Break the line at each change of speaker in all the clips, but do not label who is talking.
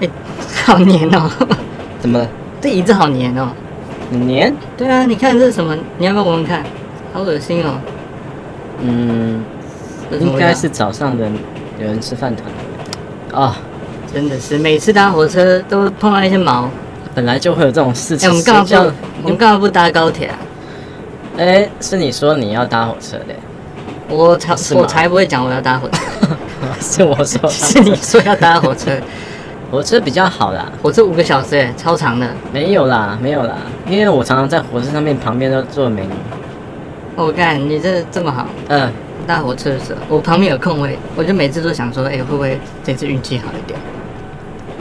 哎、好黏哦、
怎么了？
这椅子好黏哦、
很黏？
对啊，你看这是什么？你要不要闻闻看？好恶心哦、
嗯，
这什么
应
味
该
道
是早上的有人吃饭团。啊、
真的是，每次搭火车都碰到一些毛。
本来就会有这种事
哎、
情。
我们干嘛
谁叫
不？我们干嘛不搭高铁啊？
哎、是你说你要搭火车的，
我才
是吗
我才不会讲我要搭火 车，
是我说搭火车
是你说要搭火车，
火车比较好啦。
火车五个小时哎、超长的。
没有啦，没有啦，因为我常常在火车上面旁边都坐美女。
我哦干，你这这么好，
嗯、
搭火车的时候，我旁边有空位，我就每次都想说，哎、会不会这次运气好一点？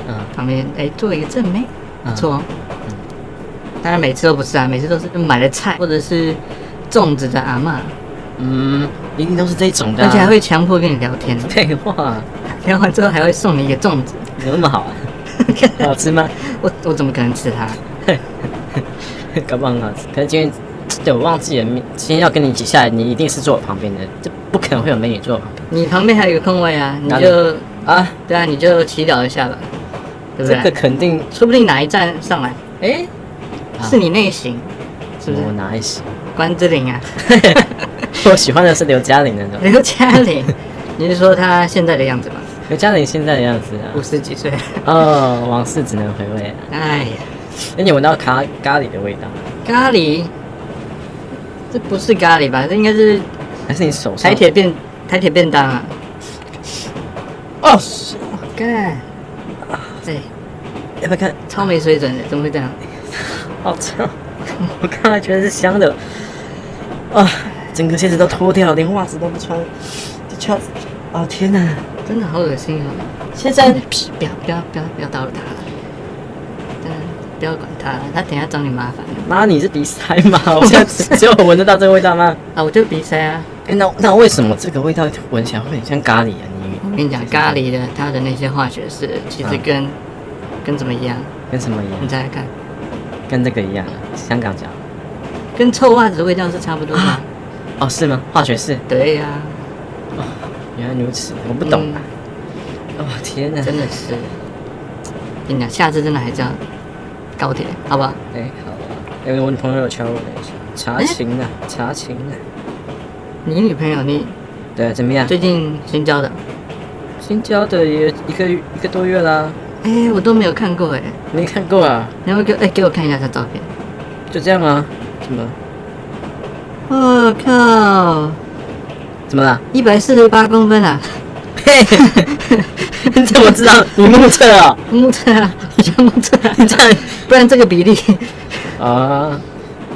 嗯，
旁边哎、做一个正妹，
嗯
不错、哦。当然每次都不是啊，每次都是买的菜或者是粽子的阿嬷，
嗯，一定都是这种的、
而
啊。
且还会强迫跟你聊天，
废话，
聊完之后还会送你一个粽子。
有那么好啊？好吃吗？
我我怎么可能吃它？
搞不好很好吃。可是今天，对我忘记了，明今天要跟你一起下来，你一定是坐我旁边的，这不可能会有美女坐我旁边
你旁边还有一个空位啊，你
哪里
就
啊。
对啊，你就祈祷一下吧，对不
这
对？
个肯定，
说不定哪一站上来
哎、啊
是你内行，是不
我
是？
哪一些？
关之琳啊，
哦 我喜欢的是刘嘉玲那种，
刘嘉玲，你是说她现在的样子吗？
刘嘉玲现在的样子啊
五。十几岁，
哦，往事只能回味啊。
哎呀，
那你闻到咖咖喱的味道，
咖喱，这不是咖喱吧？这应该是
还是你手上？
台铁便台铁便当啊！
哦，
我干，对，
要不要看？
哎超没水准的，怎么会这样？
好臭！ 我刚才觉得是香的，啊，整个鞋子都脱掉，连袜子都不穿，就穿。哦天哪！
真的好恶心啊！
现在
但不要不要不要不要打扰他了，真的不要管他了，他等一下找你麻烦的
妈，你是鼻塞 吗？我现在只有我闻得到这个味道吗？
啊！我就鼻塞啊！
哎， 那那为什么这个味道闻起来会很像咖喱啊？
我
你
跟你讲，咖喱的它的那些化学式其实跟、跟怎么一样？
跟什么一
你
样？
猜猜看，
跟这个一样啊？香港脚？
跟臭袜子的味道是差不多的。
哦，是吗？化学式？
对呀、嗯
原来如此，我不懂啊！哦天哪！
嗯真的是。跟你讲，下次真的还是要高铁，好不好？
哎，好啊。哎，我女朋友有敲我一下，查情啊，查情啊。
你女朋友你
对，怎么样？
最近新交的？
新交的也一个一个多月啦，
哎、我都没有看过哎、
没看过啊，
你要不要给哎、给我看一下她照片？
就这样啊，怎么
我、靠，
怎么啦？
一百四十八公分啊！
嘿，你 怎么知道？你目测啊？
目测啊，你像目测啊，
你这样
不然这个比例，
啊？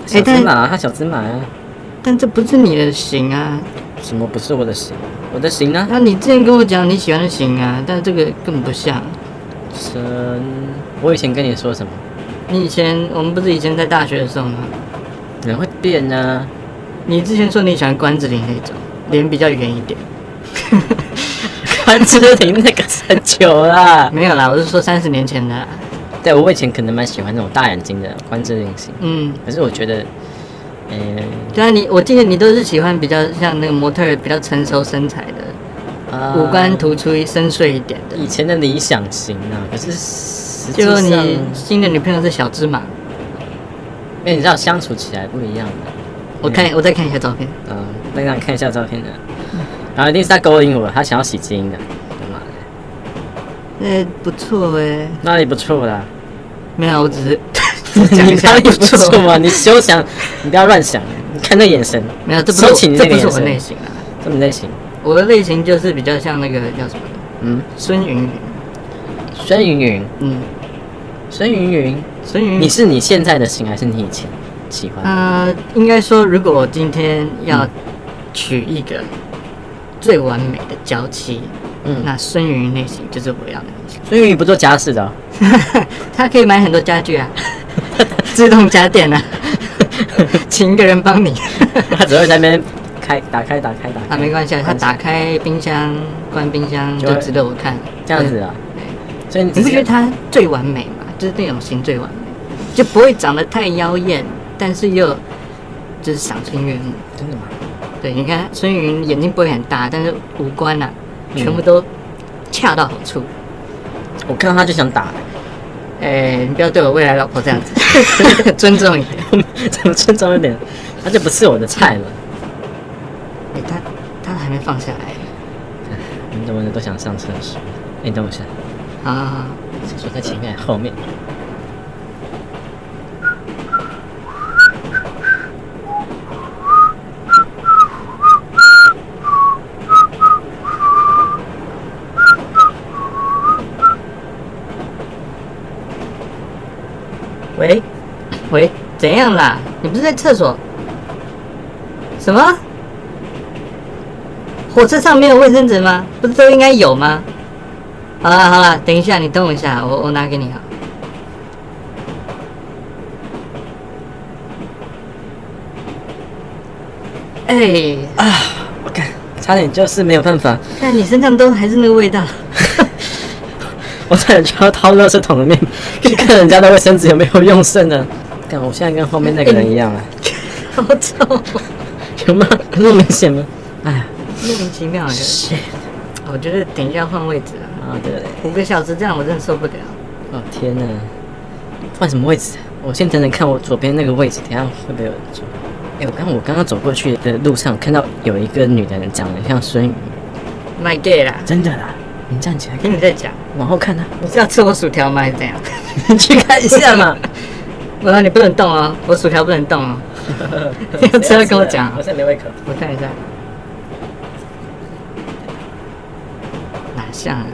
小
哎但
芝麻、啊，他小芝麻、啊，
但这不是你的型啊。
什么不是我的型？我的啊型呢？
那、你之前跟我讲你喜欢的型啊，但这个根本不像。
神，我以前跟你说什么？
你以前我们不是以前在大学的时候吗？
人会变啊，
你之前说你喜欢关之琳那种，脸比较圆一点。
关之琳那个是很久啦。
没有啦，我是说三十年前的啦。
对，我以前可能蛮喜欢那种大眼睛的关之琳型，
嗯，
可是我觉得，嗯、
对啊，你我记得你都是喜欢比较像那个模特儿比较成熟身材的，
啊
五官突出一深邃一点的。
以前的理想型啊，可是实际
结果
上，
你新的女朋友是小芝麻，
因为你知道相处起来不一样的，
我看我再看一下照片，
嗯，再让你看一下照片的，然后一定是他勾引我，他想要洗基因的，他妈的，
哎、不错哎、
那也不错啦，
没有，我只 是讲
你
一
哪
下
里
不
不
错
错啊？你休想，你不要乱想，你看那眼神，
没有，这不
收
是
起
我
你
这
那
不
个
是我
眼
类
神，
型啊，
这么类型，
我的类型就是比较像那个叫什么
嗯，
孙云云，
孙云云，
嗯，
孙云云，
孙云
你
云，
是你现在的型还是你以前喜欢的？
呃，应该说，如果我今天
嗯
要取一个最完美的娇妻，
嗯，
那孙云云类型就是我要的类 型，
孙云云不做家事的哦，
她可以买很多家具啊， 自动家电啊， 请一个人帮你
他只会在那边开打开打开打
啊，
开，
没关系，啊，她打开冰箱、关冰箱
就
就
会
值得我看，
这样子啊，
对。
所以你
嗯你
只
不
是
觉得她最完美吗？就是那种型最完美，就不会长得太妖艳，但是又就是赏心悦目。
真的吗？
对，你看孙云眼睛不会很大，但是五官啊，
嗯
全部都恰到好处。
我看到他就想打，
哎、你不要对我未来老婆这样子， 尊重一点。
怎么尊重一点？他就不是我的菜了。
哎、他他还没放下来
你怎么都想上厕所？哎、你等我一下，
啊！
厕所在前面还是后面。喂，
喂，怎样啦？你不是在厕所？什么？火车上没有卫生纸吗？不是都应该有吗？好了好了，等一下，你等我一下，我我拿给你啊。哎、
我看差点就是没有办法，
看你身上都还是那个味道，
我差点就要掏垃圾桶的面 去看人家的卫生纸有没有用剩的。看我现在跟后面那个人一样啊，
好臭哦，
有吗？那么明显吗？哎呀，
莫名其妙的。
shit
我觉得等一下换位置啊，
啊，对不对？
五个小时这样我真的受不了。
哦天哪，换什么位置啊？我先等等看我左边那个位置，等一下会不会有人坐？哎，我刚我刚刚走过去的路上看到有一个女的长得像孙宇，
卖 gay 啦，
真的啦！你站起来
听你在讲，
往后看呢、
你是要吃我薯条吗？还是怎样？
你去 看一下 嘛。
我说你不能动哦，我薯条不能动哦。要吃要跟我讲啊
现在没胃口。
我看一下，哪像啊？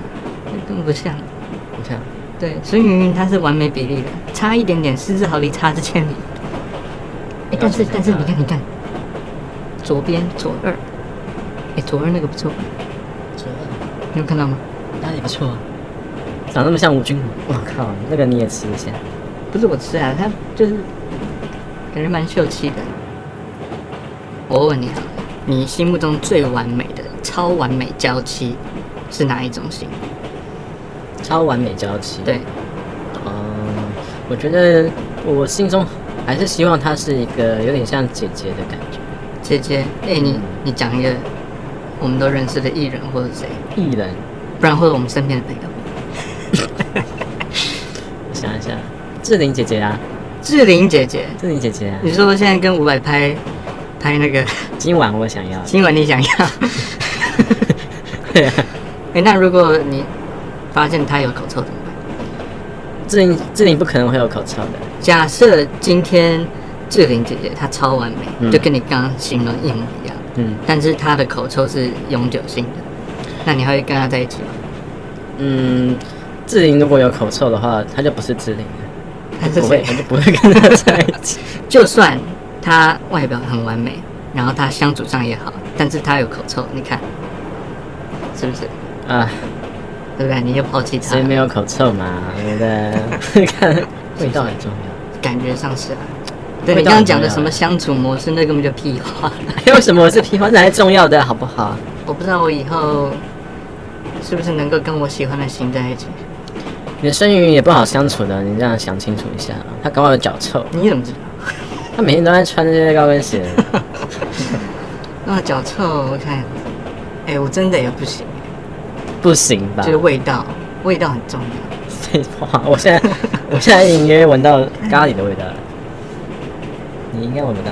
这根本不像。
你看，
对，孙芸芸她是完美比例的，差一点点，失之毫厘，差之千里。哎，但是但是你看你看，左边左二，哎，左二那个不错，你有看到吗？
哪里不错、啊？长那么像吴君如，我靠，那个你也吃一下。
不是我吃啊，他就是感觉蛮秀气的。我问你啊，你心目中最完美的超完美娇妻是哪一种型？
超完美娇妻。
对，
嗯，我觉得我心中还是希望她是一个有点像姐姐的感觉，
姐姐，哎、你你讲一个我们都认识的艺人或者谁，
艺人。
不然或者我们身边的朋友，
我想一下，志玲姐姐啊，
志玲姐姐，
志玲姐姐啊，
你说现在跟伍佰拍拍那个
今晚我想 要。
今晚你想要？
对啊，
哎、那如果你发现他有口臭怎么办？
志玲志玲不可能会有口臭的。
假设今天志玲姐姐她超完美，
嗯
就跟你刚刚形容一模一样，
嗯
但是她的口臭是永久性的，那你还会跟她在一起吗？
嗯，志玲如果有口臭的话，她就不是志玲了，
她
就
是
不
谁？
会，她就不会跟她在一 起。
就算她外表很完美，然后她相处上也好，但是她有口臭，你看是不是？
啊，
对不对？你就抛弃她
谁，没有口臭嘛？对不对？看味道很重要。
感觉上是啊。对
味
你
道
刚刚讲
很
的
重要
什么相处模式，那根本就屁话。
还哎有什么是喜欢才重要的，好不好？
我不知道我以后是不是能够跟我喜欢的型在一起？
你的孙云也不好相处的，你这样想清楚一下。她搞不好有脚臭，
你怎么知道？
她每天都在穿这些高跟鞋。
啊，脚臭，我看，哎、我真的也不行，
不行吧
就？是味道，味道很重要。
废话，我现在我现在隐约闻到咖喱的味道了，你应该闻不到。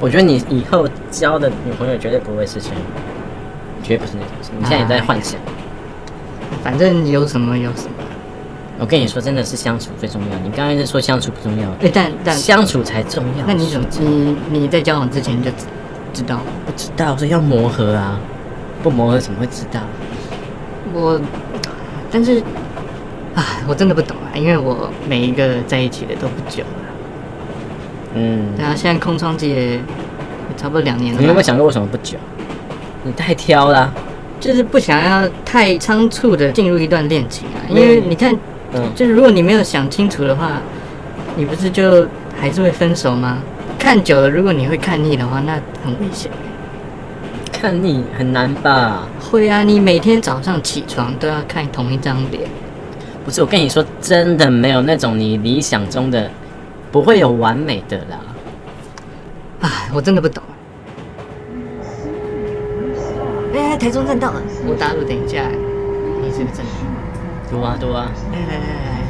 我觉得你以后交的女朋友绝对不会是孙云，绝对不是那种。你现在也在幻想。
反正有什么有什么，
我跟你说，真的是相处最重要。你刚才是说相处不重要，
哎、但但，
相处才重要。
那你怎么你你在交往之前就知知道？
不知道？所以要磨合啊，不磨合怎么会知道？
我，但是，啊，我真的不懂啊，因为我每一个在一起的都不久了，
嗯，
对啊，现在空窗期也也差不多两年了吧，
你有没有想过为什么不久？你太挑啦、
就是不想要太仓促的进入一段恋情啊，因
没有
为你看，
嗯
就是如果你没有想清楚的话，你不是就还是会分手吗？看久了，如果你会看腻的话，那很危险。
看你很难吧？
会啊，你每天早上起床都要看同一张脸，
不是，我跟你说，真的没有那种你理想中的，不会有完美的啦。
唉，我真的不懂。哎、台中站到了，我打路等一下，你是不是真的？
读啊读啊，
来来来来来，